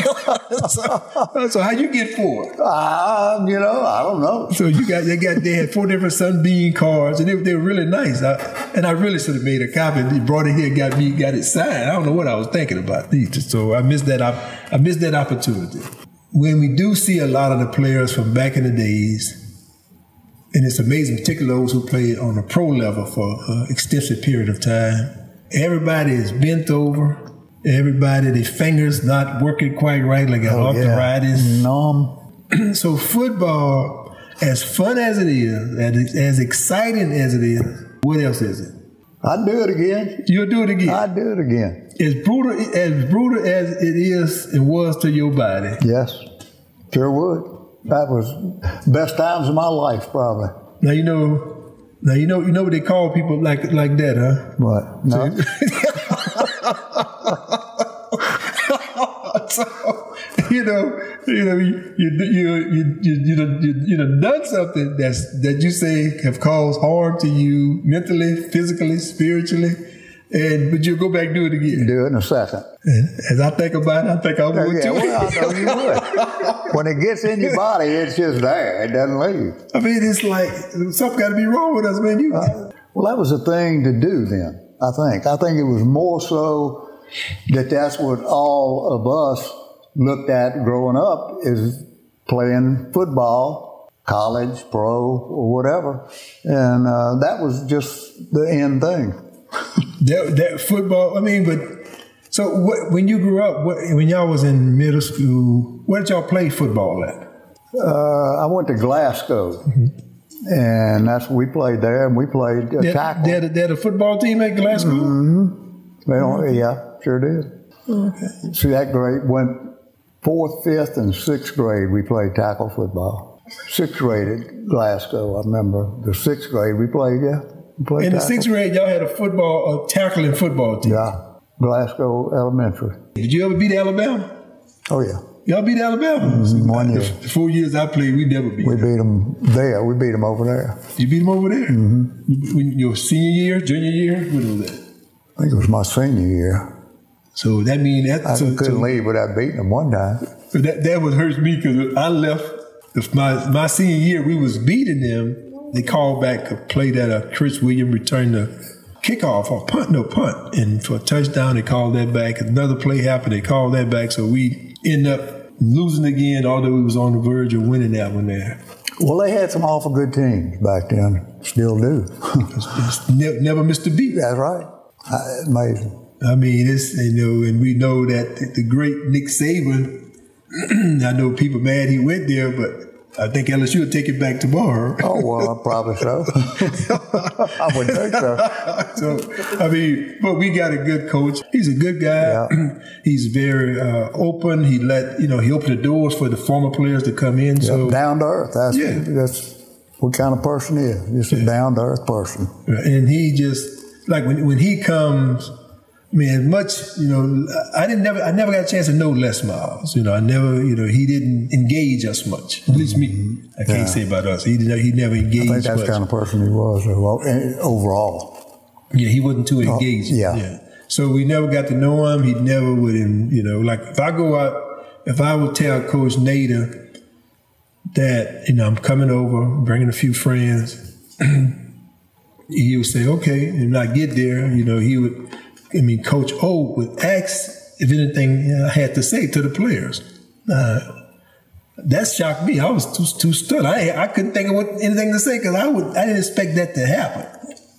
Speaker 1: Uh,
Speaker 3: Wow.
Speaker 1: so, so how you get four?
Speaker 3: I, Uh, you know, I don't know.
Speaker 1: So you got they got they had four different sunbeam cards and they, they were really nice. I, and I really should have made a copy. They brought it here, got me, got it signed. I don't know what I was thinking about these. So I missed that. op- I missed that opportunity. When we do see a lot of the players from back in the days, and it's amazing, particularly those who played on the pro level for an extensive period of time. Everybody is bent over. Everybody, their fingers not working quite right, like an
Speaker 3: Oh,
Speaker 1: arthritis.
Speaker 3: Numb.
Speaker 1: So football, as fun as it is, as, as exciting as it is, what else is it?
Speaker 3: I'd do it again.
Speaker 1: You'll do it again.
Speaker 3: I'd do it again.
Speaker 1: as brutal as brutal as it is and was to your body.
Speaker 3: Yes, sure would. That was best times of my life, probably.
Speaker 1: Now you know. Now you know. You know what they call people like like that, huh?
Speaker 3: But no,
Speaker 1: So, you know, you know, you you you you you you done- you, you done done something that's that you say have caused harm to you mentally, physically, spiritually, and but you'll go back and do it again.
Speaker 3: do it in a second.
Speaker 1: And as I think about it, I think I would
Speaker 3: Oh, Yeah,
Speaker 1: too.
Speaker 3: well, I know you would. When it gets in your body, it's just there. It doesn't leave.
Speaker 1: I mean, it's like something got to be wrong with us, man. You,
Speaker 3: Well, that was a thing to do then. I think. I think it was more so that that's what all of us looked at growing up is playing football, college, pro, or whatever, and uh, that was just the end thing.
Speaker 1: that, that football. I mean, but so what, when you grew up, what, when y'all was in middle school, where did y'all play football at?
Speaker 3: Uh, I went to Glasgow,
Speaker 1: Mm-hmm.
Speaker 3: and that's we played there, and we played a
Speaker 1: They
Speaker 3: tackle.
Speaker 1: they had, a- they had a football team at Glasgow.
Speaker 3: They don't- yeah, sure did. See, that grade went fourth, fifth, and sixth grade. We played tackle football. Sixth grade at Glasgow, I remember. The sixth grade we played, yeah, we played
Speaker 1: In the
Speaker 3: tackle.
Speaker 1: sixth grade, y'all had a football, a tackling football team.
Speaker 3: yeah, Glasgow Elementary.
Speaker 1: Did you ever beat Alabama?
Speaker 3: Oh yeah,
Speaker 1: Y'all beat Alabama.
Speaker 3: one year.
Speaker 1: The four years I played, we never beat.
Speaker 3: we
Speaker 1: them.
Speaker 3: beat them there. We beat them over there.
Speaker 1: You beat them over there. Mm-hmm. When your senior year, junior year, what was that?
Speaker 3: I think it was my senior year.
Speaker 1: So that means that
Speaker 3: I
Speaker 1: so,
Speaker 3: couldn't
Speaker 1: so-
Speaker 3: leave without beating them one time.
Speaker 1: But that that was hurts me because I left if my my senior year we was beating them. They called back a play that uh, Chris Williams returned the kickoff or punt no punt and for a touchdown they called that back. Another play happened they called that back so we end up losing again although we was on the verge of winning that one there.
Speaker 3: Well, they had some awful good teams back then. Still do.
Speaker 1: It's ne- never missed a beat.
Speaker 3: That's right. I- Amazing.
Speaker 1: I mean, it's you know, and we know that the- the great Nick Saban. I know people mad he went there, but I think LSU will take it back tomorrow.
Speaker 3: Oh well, probably so. I would think so.
Speaker 1: so I mean, but we got a good coach. He's a good guy.
Speaker 3: Yeah.
Speaker 1: He's very uh, open. He let you know he opened the doors for the former players to come in. So
Speaker 3: Down to earth. That's
Speaker 1: Yeah.
Speaker 3: that's what kind of person he is. Just a down to earth person.
Speaker 1: and he just like when when he comes. I mean, as much you know, I didn't never, I never got a chance to know Les Miles. You know, I never, you know, he didn't engage us much. At least me, I can't
Speaker 3: Mm-hmm. Yeah.
Speaker 1: say about us. He didn't, he never
Speaker 3: I
Speaker 1: engaged
Speaker 3: think that's
Speaker 1: much.
Speaker 3: the kind of person he was overall. and overall.
Speaker 1: Yeah, he wasn't too engaged.
Speaker 3: yeah.
Speaker 1: So we never got to know him. He never would, in- you know, like if I go out, if I would tell Coach Nader that, you know, I'm coming over, bringing a few friends, he would say, okay. And when I get there, you know, he would, I mean, Coach O would ask if anything I had to say to the players. Uh, that shocked me. I was too, too stunned. I, I couldn't think of what, anything to say because I would I didn't expect that to happen.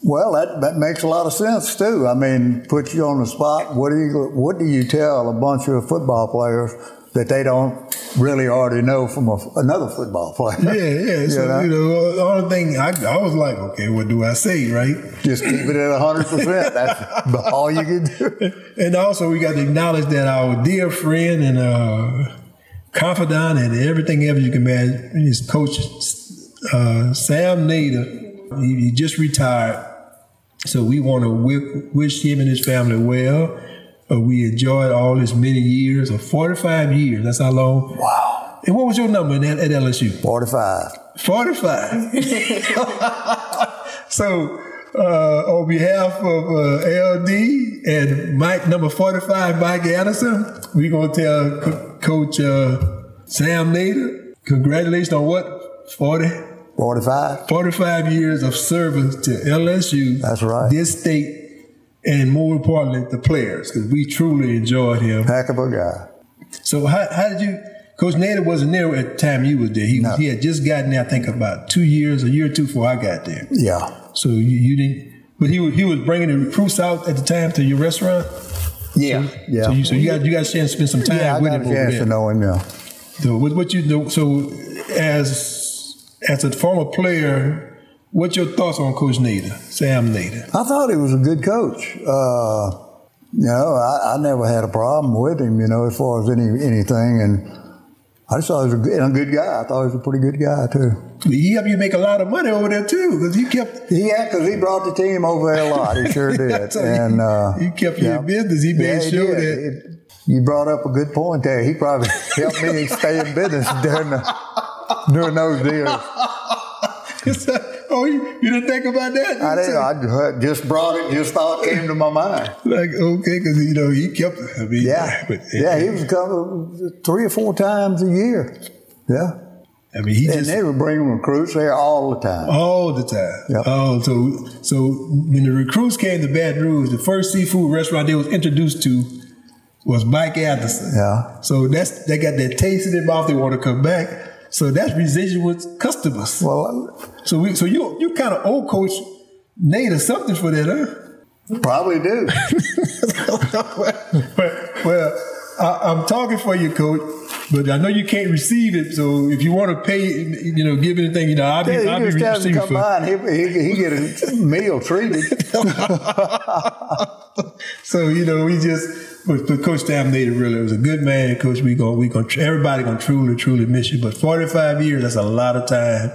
Speaker 3: Well, that, that makes a lot of sense too. I mean, put you on the spot. What do you What do you tell a bunch of football players that they don't really already know from a, another football player?
Speaker 1: Yeah, yeah.
Speaker 3: You
Speaker 1: So
Speaker 3: know?
Speaker 1: you know, the only thing I, I was like, okay, what do I say, right?
Speaker 3: Just keep it at hundred percent. That's all you can do.
Speaker 1: And also, we got to acknowledge that our dear friend and uh, confidant and everything else you can imagine is Coach uh, Sam Nader. He, he just retired, so we want to wi- wish him and his family well. Uh, we enjoyed all his many years, of forty-five years. That's how long.
Speaker 3: Wow,
Speaker 1: And what was your number in, at LSU?
Speaker 3: forty-five.
Speaker 1: 45. so, uh, on behalf of uh, LD and Mike, number 45, Mike Anderson, we're going to tell Co- Coach uh, Sam Nader, congratulations on what? 40?
Speaker 3: Forty-five.
Speaker 1: 45 years of service to LSU.
Speaker 3: That's right.
Speaker 1: This state, and more importantly, the players, because we truly enjoyed him.
Speaker 3: Heck of a guy.
Speaker 1: So how, how did you? Coach Nader wasn't there at the time you was there. He was, he had just gotten there. I think about two years, a year or two before I got there.
Speaker 3: Yeah.
Speaker 1: So you, you didn't. But he was he was bringing the recruits out at the time to your restaurant.
Speaker 3: Yeah. Yeah.
Speaker 1: So you, so you got you got a chance to spend some time
Speaker 3: yeah, I
Speaker 1: with
Speaker 3: got a
Speaker 1: him over
Speaker 3: chance to
Speaker 1: there.
Speaker 3: know him now.
Speaker 1: So what, what you do? So as as a former player, what's your thoughts on Coach Nader, Sam Nader?
Speaker 3: I thought he was a good coach. Uh, you know, I, I never had a problem with him. You know, as far as any anything, and I just thought he was a good, and a good guy. I thought he was a pretty good guy too.
Speaker 1: He helped you make a lot of money over there too, because he kept
Speaker 3: Yeah, because he brought the team over there a lot. He sure did.
Speaker 1: So he-
Speaker 3: and uh,
Speaker 1: he kept you in business. He made
Speaker 3: he
Speaker 1: sure
Speaker 3: did.
Speaker 1: that-
Speaker 3: It- you brought up a good point there. He probably helped me stay in business during the, during those deals.
Speaker 1: oh, you, you didn't think about that?
Speaker 3: I didn't. I just brought it. Just thought came to my mind.
Speaker 1: Like okay, because you know he kept. I mean,
Speaker 3: Yeah,
Speaker 1: but-
Speaker 3: yeah. He was coming three or four times a year. Yeah,
Speaker 1: I mean, he
Speaker 3: and
Speaker 1: just
Speaker 3: they were bringing recruits there all the time.
Speaker 1: all the time.
Speaker 3: Yep.
Speaker 1: Oh, so so when the recruits came to Baton Rouge, the first seafood restaurant they was introduced to was Mike Anderson.
Speaker 3: Yeah.
Speaker 1: So that's they got that taste in their mouth. They want to come back. So that's residual customers.
Speaker 3: Well,
Speaker 1: So we so you you kind of old coach Nate or something for that, huh?
Speaker 3: I uh, probably do.
Speaker 1: well, well, I, I'm talking for you, coach. But I know you can't receive it, so if you want to pay, you know, give anything, you know, I'll be,
Speaker 3: yeah,
Speaker 1: I'll
Speaker 3: you
Speaker 1: be
Speaker 3: just tell him to
Speaker 1: receiving
Speaker 3: come
Speaker 1: for.
Speaker 3: by and he, he, he get a meal treated.
Speaker 1: So you know, we just, but, but Coach Sam Nader really was a good man, Coach. We going we going everybody gonna truly, truly miss you. But 45 years, that's a lot of time,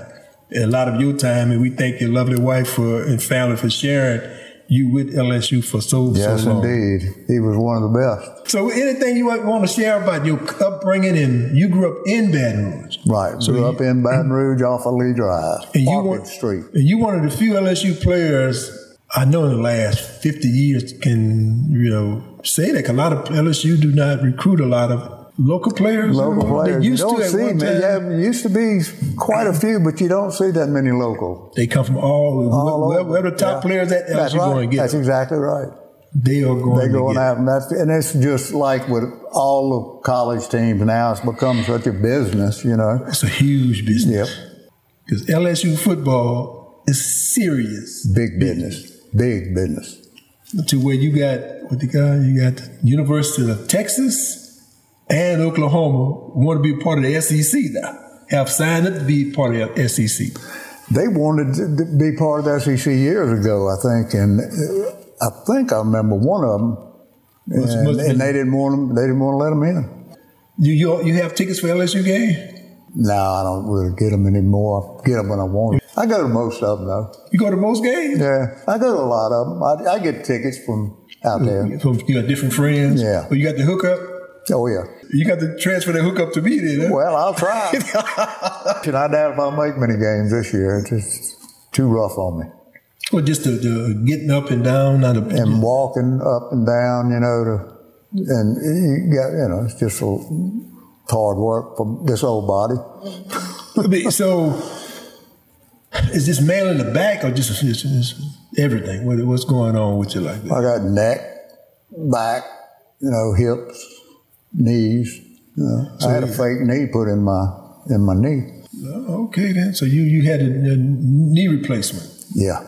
Speaker 1: and a lot of your time, and we thank your lovely wife for and family for sharing you with LSU for so
Speaker 3: yes,
Speaker 1: so long.
Speaker 3: indeed. He was one of the best.
Speaker 1: So anything you want to share about your upbringing and you grew up in Baton Rouge.
Speaker 3: Right. Grew up in Baton Rouge off of Lee Drive,
Speaker 1: And you
Speaker 3: Orchard
Speaker 1: want-
Speaker 3: Street.
Speaker 1: And you one of the few LSU players I know in the last 50 years can, you know, say that 'cause a lot of LSU do not recruit a lot of local players.
Speaker 3: Local players.
Speaker 1: They
Speaker 3: You
Speaker 1: used
Speaker 3: don't
Speaker 1: to at
Speaker 3: see
Speaker 1: one
Speaker 3: many.
Speaker 1: time.
Speaker 3: Yeah, there used to be quite a few, but you don't see that many local.
Speaker 1: They come from all,
Speaker 3: All
Speaker 1: where,
Speaker 3: over.
Speaker 1: where the top
Speaker 3: Yeah.
Speaker 1: players at LSU
Speaker 3: That's right.
Speaker 1: going to get
Speaker 3: That's
Speaker 1: them.
Speaker 3: exactly right.
Speaker 1: They are going
Speaker 3: They're going
Speaker 1: to get
Speaker 3: out, and that's and it's just like with all the college teams now. It's become such a business, you know.
Speaker 1: It's a huge
Speaker 3: Yep,
Speaker 1: business. Because LSU football is serious
Speaker 3: big business, big business.
Speaker 1: to where you got, what the guy, you got the University of Texas and Oklahoma want to be part of the SEC now. Have signed up to be part of the E SEC.
Speaker 3: They wanted to to be part of the SEC years ago, I think, and uh, I think I remember one of them,
Speaker 1: Must-
Speaker 3: and,
Speaker 1: must have
Speaker 3: and
Speaker 1: been-
Speaker 3: they didn't want them. They didn't want to let them in.
Speaker 1: You, you you have tickets for LSU game?
Speaker 3: No, I don't really get them anymore. I get them when I want 'em. I go to most of them though.
Speaker 1: You go to most games?
Speaker 3: Yeah, I go to a lot of them. I, I get tickets from out there.
Speaker 1: From you know, different friends?
Speaker 3: Yeah.
Speaker 1: Or you got the hookup?
Speaker 3: Oh yeah.
Speaker 1: You got to transfer that hookup to me then. huh?
Speaker 3: Well, I'll try. and I doubt if I'll make many games this year. It's just too rough on me.
Speaker 1: Well, just the, the getting up and down. Not a,
Speaker 3: And walking up and down, you know, to, and you got, you know, it's just a hard work for this old body.
Speaker 1: I mean, so, is this mail in the back or just, just, just everything? What, what's going on with you like that?
Speaker 3: I got neck, back, you know, hips, knees. You know. I had a fake knee put in my in my knee.
Speaker 1: Oh, okay, then. So you you had a, a knee replacement.
Speaker 3: Yeah,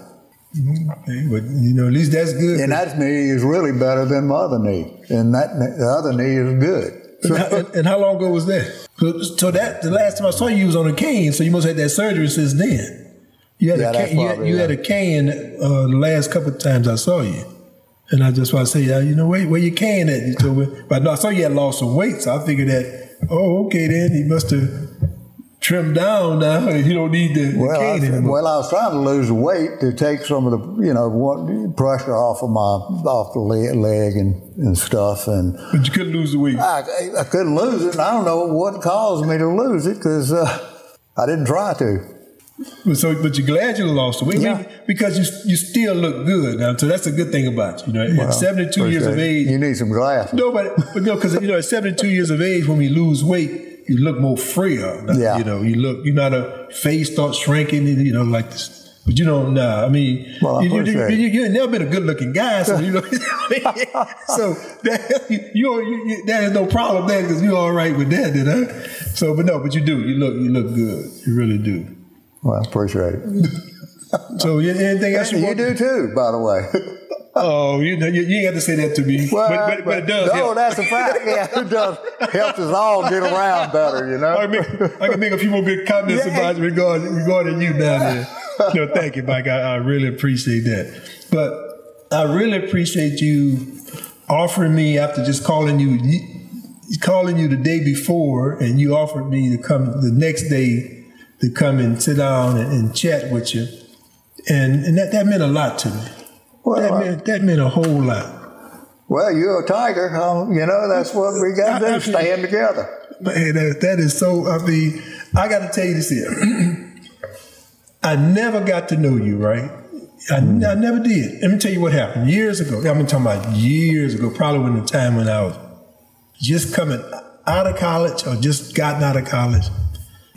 Speaker 1: Okay, but you know, at least that's good.
Speaker 3: and that knee is really better than my other knee, and that kn- the other knee is good.
Speaker 1: and, how, and- and how long ago was that? So, so that the last time I saw you was on a cane. So you must have had that surgery since then. You had
Speaker 3: Yeah,
Speaker 1: a
Speaker 3: that's
Speaker 1: cane, you, had,
Speaker 3: probably
Speaker 1: you had a
Speaker 3: right.
Speaker 1: cane uh, the last couple of times I saw you, and I just want to say, uh, you know, where, where your cane at? So, we- but no, I saw you had lost some weight, so I figured that, oh, okay, then he must have trimmed down now. You don't need the, the
Speaker 3: Well,
Speaker 1: cane
Speaker 3: I,
Speaker 1: anymore.
Speaker 3: well, I was trying to lose weight to take some of the you know one, pressure off of my off the le- leg and, and stuff, and
Speaker 1: but you couldn't lose the weight.
Speaker 3: I, I- I couldn't lose it. And I don't know what caused me to lose it because uh, I didn't try to.
Speaker 1: But so, but you're glad you lost the weight
Speaker 3: Yeah.
Speaker 1: because you you still look good now. So that's a good thing about you. You know, at 72 years of
Speaker 3: Appreciate it.
Speaker 1: age,
Speaker 3: you need some glasses.
Speaker 1: no, but, but no, because you know, at 72 years of age, when we lose weight, you look more freer.
Speaker 3: Yeah.
Speaker 1: you know, you look, you know, the face starts shrinking. You know, like this. But you don't nah, I mean,
Speaker 3: Well, I
Speaker 1: you, you, you,
Speaker 3: appreciate
Speaker 1: you, you never been a good-looking guy, so you know. so that you, you, you that is no problem there because you're all right with that, then, huh? So, but no, but you do. You look, you look good. You really do.
Speaker 3: Well, I appreciate it.
Speaker 1: So you, anything else you,
Speaker 3: you
Speaker 1: want?
Speaker 3: do too, by the way.
Speaker 1: Oh, you know, you, you ain't got to say that to me. but, but, but it does. help.
Speaker 3: No, that's a fact. Yeah, it does. Helps us all get around better, you
Speaker 1: I
Speaker 3: know?
Speaker 1: can, make, I can make a few more good comments
Speaker 3: Yeah.
Speaker 1: about regarding regarding you down there. No, thank you, Mike. I, I really appreciate that. But I really appreciate you offering me after just calling you calling you the day before, and you offered me to come the next day to come and sit down and, and chat with you, and and that, that meant a lot to me. That
Speaker 3: Well,
Speaker 1: meant that meant a whole lot.
Speaker 3: well, you're a tiger. Um, you know, that's what we got to
Speaker 1: I- I-
Speaker 3: do, stand together.
Speaker 1: Man, that, that is so. I mean, I got to tell you this here. I never got to know you, right? I, I never did. Let me tell you what happened years ago. I'm talking about years ago, probably when the time when I was just coming out of college or just gotten out of college.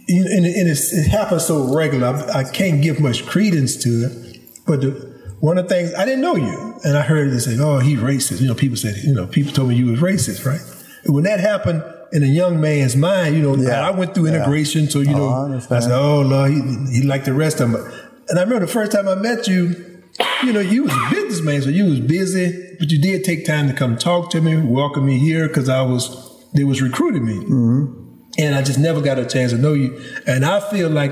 Speaker 1: You know, And, it- and it's, it happens so regular, I, I can't give much credence to it. But the, one of the things, I didn't know you. And I heard they say, oh, he racist. You know, people said, you know, people told me you was racist, right? And when that happened in a young man's mind, you know,
Speaker 3: Yeah.
Speaker 1: I went through
Speaker 3: Yeah.
Speaker 1: integration, so, you
Speaker 3: Oh, I
Speaker 1: know, I,
Speaker 3: understand.
Speaker 1: said, oh, Lord, he, he liked the rest of them. And I remember the first time I met you, you know, you was a businessman, so you was busy, but you did take time to come talk to me, welcome me here, because I was, they was recruiting me
Speaker 3: Mm-hmm.
Speaker 1: and I just never got a chance to know you. And I feel like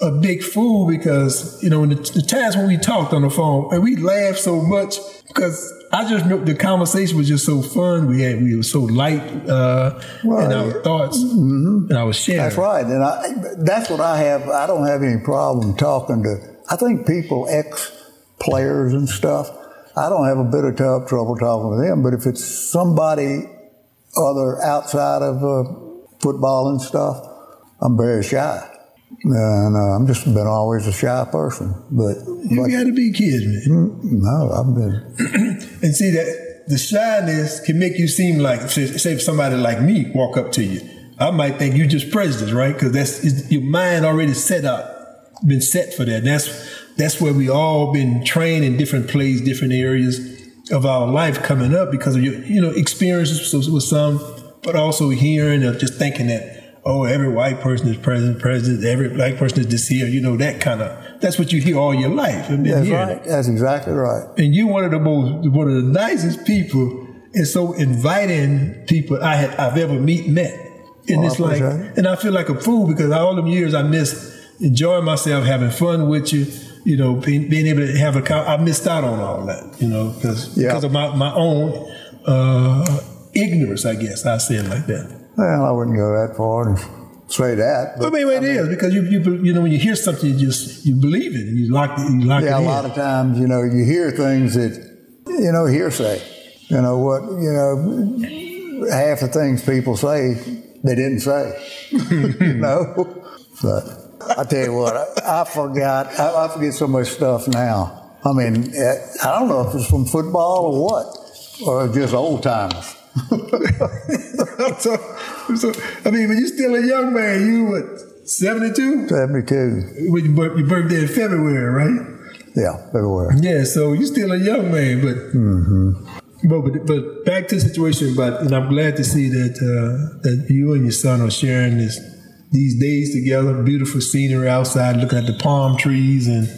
Speaker 1: a big fool because you know in the, the times when we talked on the phone and we laughed so much because I just remember the conversation was just so fun. We had we were so light uh, in our
Speaker 3: Right. Mm-hmm.
Speaker 1: thoughts, and I was sharing.
Speaker 3: That's right. And I, that's what I have. I don't have any problem talking to, I think people, ex players and stuff, I don't have a bit of tough trouble talking to them. But if it's somebody other outside of uh, football and stuff, I'm very shy. And uh, I'm just been always a shy person. But,
Speaker 1: You
Speaker 3: but
Speaker 1: got to be kidding me.
Speaker 3: no, I've been,
Speaker 1: And see that the shyness can make you seem like, say, say if somebody like me walk up to you, I might think you're just prejudice, right? Because that's it's, your mind already set up, been set for that. And that's that's where we all been trained in different places, different areas of our life coming up because of your you know experiences with with some, but also hearing or just thinking that oh every white person is president, president, every black person is this here, you know that kind of that's what you hear all your life. I've been
Speaker 3: that's
Speaker 1: hearing it
Speaker 3: right. That's exactly right.
Speaker 1: and you're one of the most one of the nicest people and so inviting people I had I've ever meet met. And
Speaker 3: Well, Oh, I
Speaker 1: it's like
Speaker 3: appreciate it.
Speaker 1: and I feel like a fool because all them years I missed enjoying myself, having fun with you, you know, being, being able to have a con- I missed out on all that, you know, because
Speaker 3: Yeah.
Speaker 1: because of my, my own uh, ignorance, I guess I say it like that.
Speaker 3: Well, I wouldn't go that far. say that.
Speaker 1: I mean, it is because you, you you know when you hear something, you just you believe it and you lock it. You lock
Speaker 3: yeah,
Speaker 1: it
Speaker 3: a
Speaker 1: in.
Speaker 3: lot of times, you know, you hear things that, you know, hearsay. You know what? You know, half the things people say they didn't say. you know, but I tell you what, I, I forgot. I, I forget so much stuff now. I mean, eh, I don't know if it's from football or what, or just old timers.
Speaker 1: so, so, I mean, when you're still a young man, you what seventy two?
Speaker 3: Seventy-two.
Speaker 1: With your bir- your birthday in February, right?
Speaker 3: Yeah, everywhere.
Speaker 1: Yeah, so you're still a young man, but. But, but but back to the situation. But and I'm glad to see that uh, that you and your son are sharing this these days together. Beautiful scenery outside, looking at the palm trees and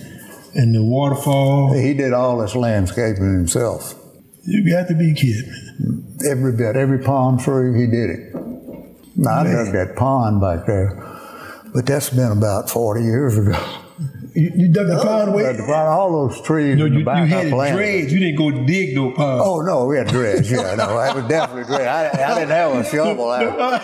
Speaker 1: and the waterfall.
Speaker 3: He did all this landscaping himself.
Speaker 1: You got to be kidding. me.
Speaker 3: Every bit, every palm tree, he did it. Now, I dug that pond back there, but that's been about 40 years ago.
Speaker 1: You, you dug the pond way.
Speaker 3: But the- all those trees
Speaker 1: No,
Speaker 3: in
Speaker 1: you,
Speaker 3: the
Speaker 1: you
Speaker 3: back I
Speaker 1: had it
Speaker 3: planted.
Speaker 1: dredge. You didn't go dig no pond.
Speaker 3: Oh, no, we had dredge. Yeah, no, that was definitely dredge. I, I didn't have a shovel. I,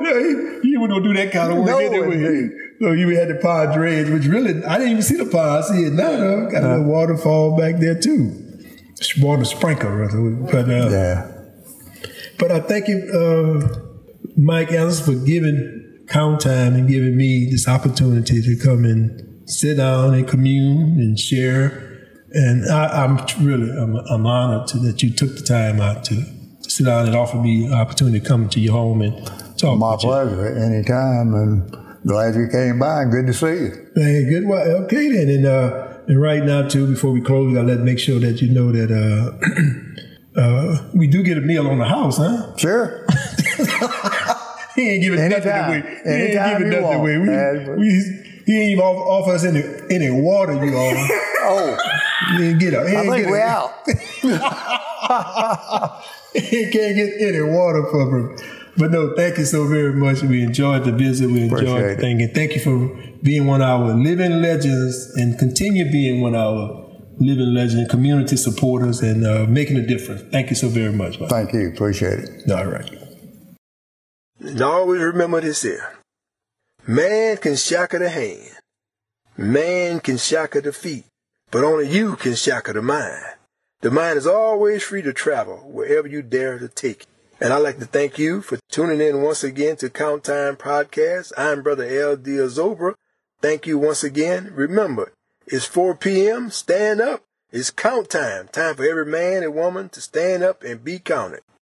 Speaker 1: no, you- you wouldn't do that kind of work
Speaker 3: No,
Speaker 1: anyway.
Speaker 3: indeed.
Speaker 1: So you had the pond dredge, which really I didn't even see the pond. I see it now. though. Got a little waterfall back there too. It's Water sprinkler, rather. But uh,
Speaker 3: yeah.
Speaker 1: but I thank you, uh, Mike Ellis, for giving count time and giving me this opportunity to come and sit down and commune and share. And I, I'm really I'm, I'm honored to, that you took the time out to, to sit down and offer me an opportunity to come to your home and talk.
Speaker 3: My
Speaker 1: with you.
Speaker 3: pleasure. Anytime, and glad you came by. and Good to see you.
Speaker 1: Hey, good. Well, okay then. And uh, and right now too, before we close, I let make sure that you know that uh, uh, we do get a meal on the house, huh?
Speaker 3: Sure.
Speaker 1: He ain't giving nothing
Speaker 3: Anytime.
Speaker 1: away. He ain't
Speaker 3: Anytime
Speaker 1: giving
Speaker 3: you
Speaker 1: nothing
Speaker 3: want.
Speaker 1: away. We,
Speaker 3: That's-
Speaker 1: we, he ain't even off- offer us any any water. You all.
Speaker 3: Oh,
Speaker 1: He didn't get a. He
Speaker 3: I
Speaker 1: ain't
Speaker 3: think
Speaker 1: get
Speaker 3: we're
Speaker 1: a,
Speaker 3: out.
Speaker 1: He can't get any water from him. But no, thank you so very much. We enjoyed the visit. We enjoyed
Speaker 3: Appreciate
Speaker 1: the
Speaker 3: it.
Speaker 1: thing, and thank you for being one of our living legends and continue being one of our living legend community supporters and uh, making a difference. Thank you so very much. Mike.
Speaker 3: Thank you. Appreciate it.
Speaker 1: All right.
Speaker 4: And always remember this here. Man can shackle the hand. Man can shackle the feet. But only you can shackle the mind. The mind is always free to travel wherever you dare to take it. And I'd like to thank you for tuning in once again to Count Time Podcast. I'm Brother L. Diazobra. Thank you once again. Remember, it's 4 p.m. Stand up. It's count time. Time for every man and woman to stand up and be counted.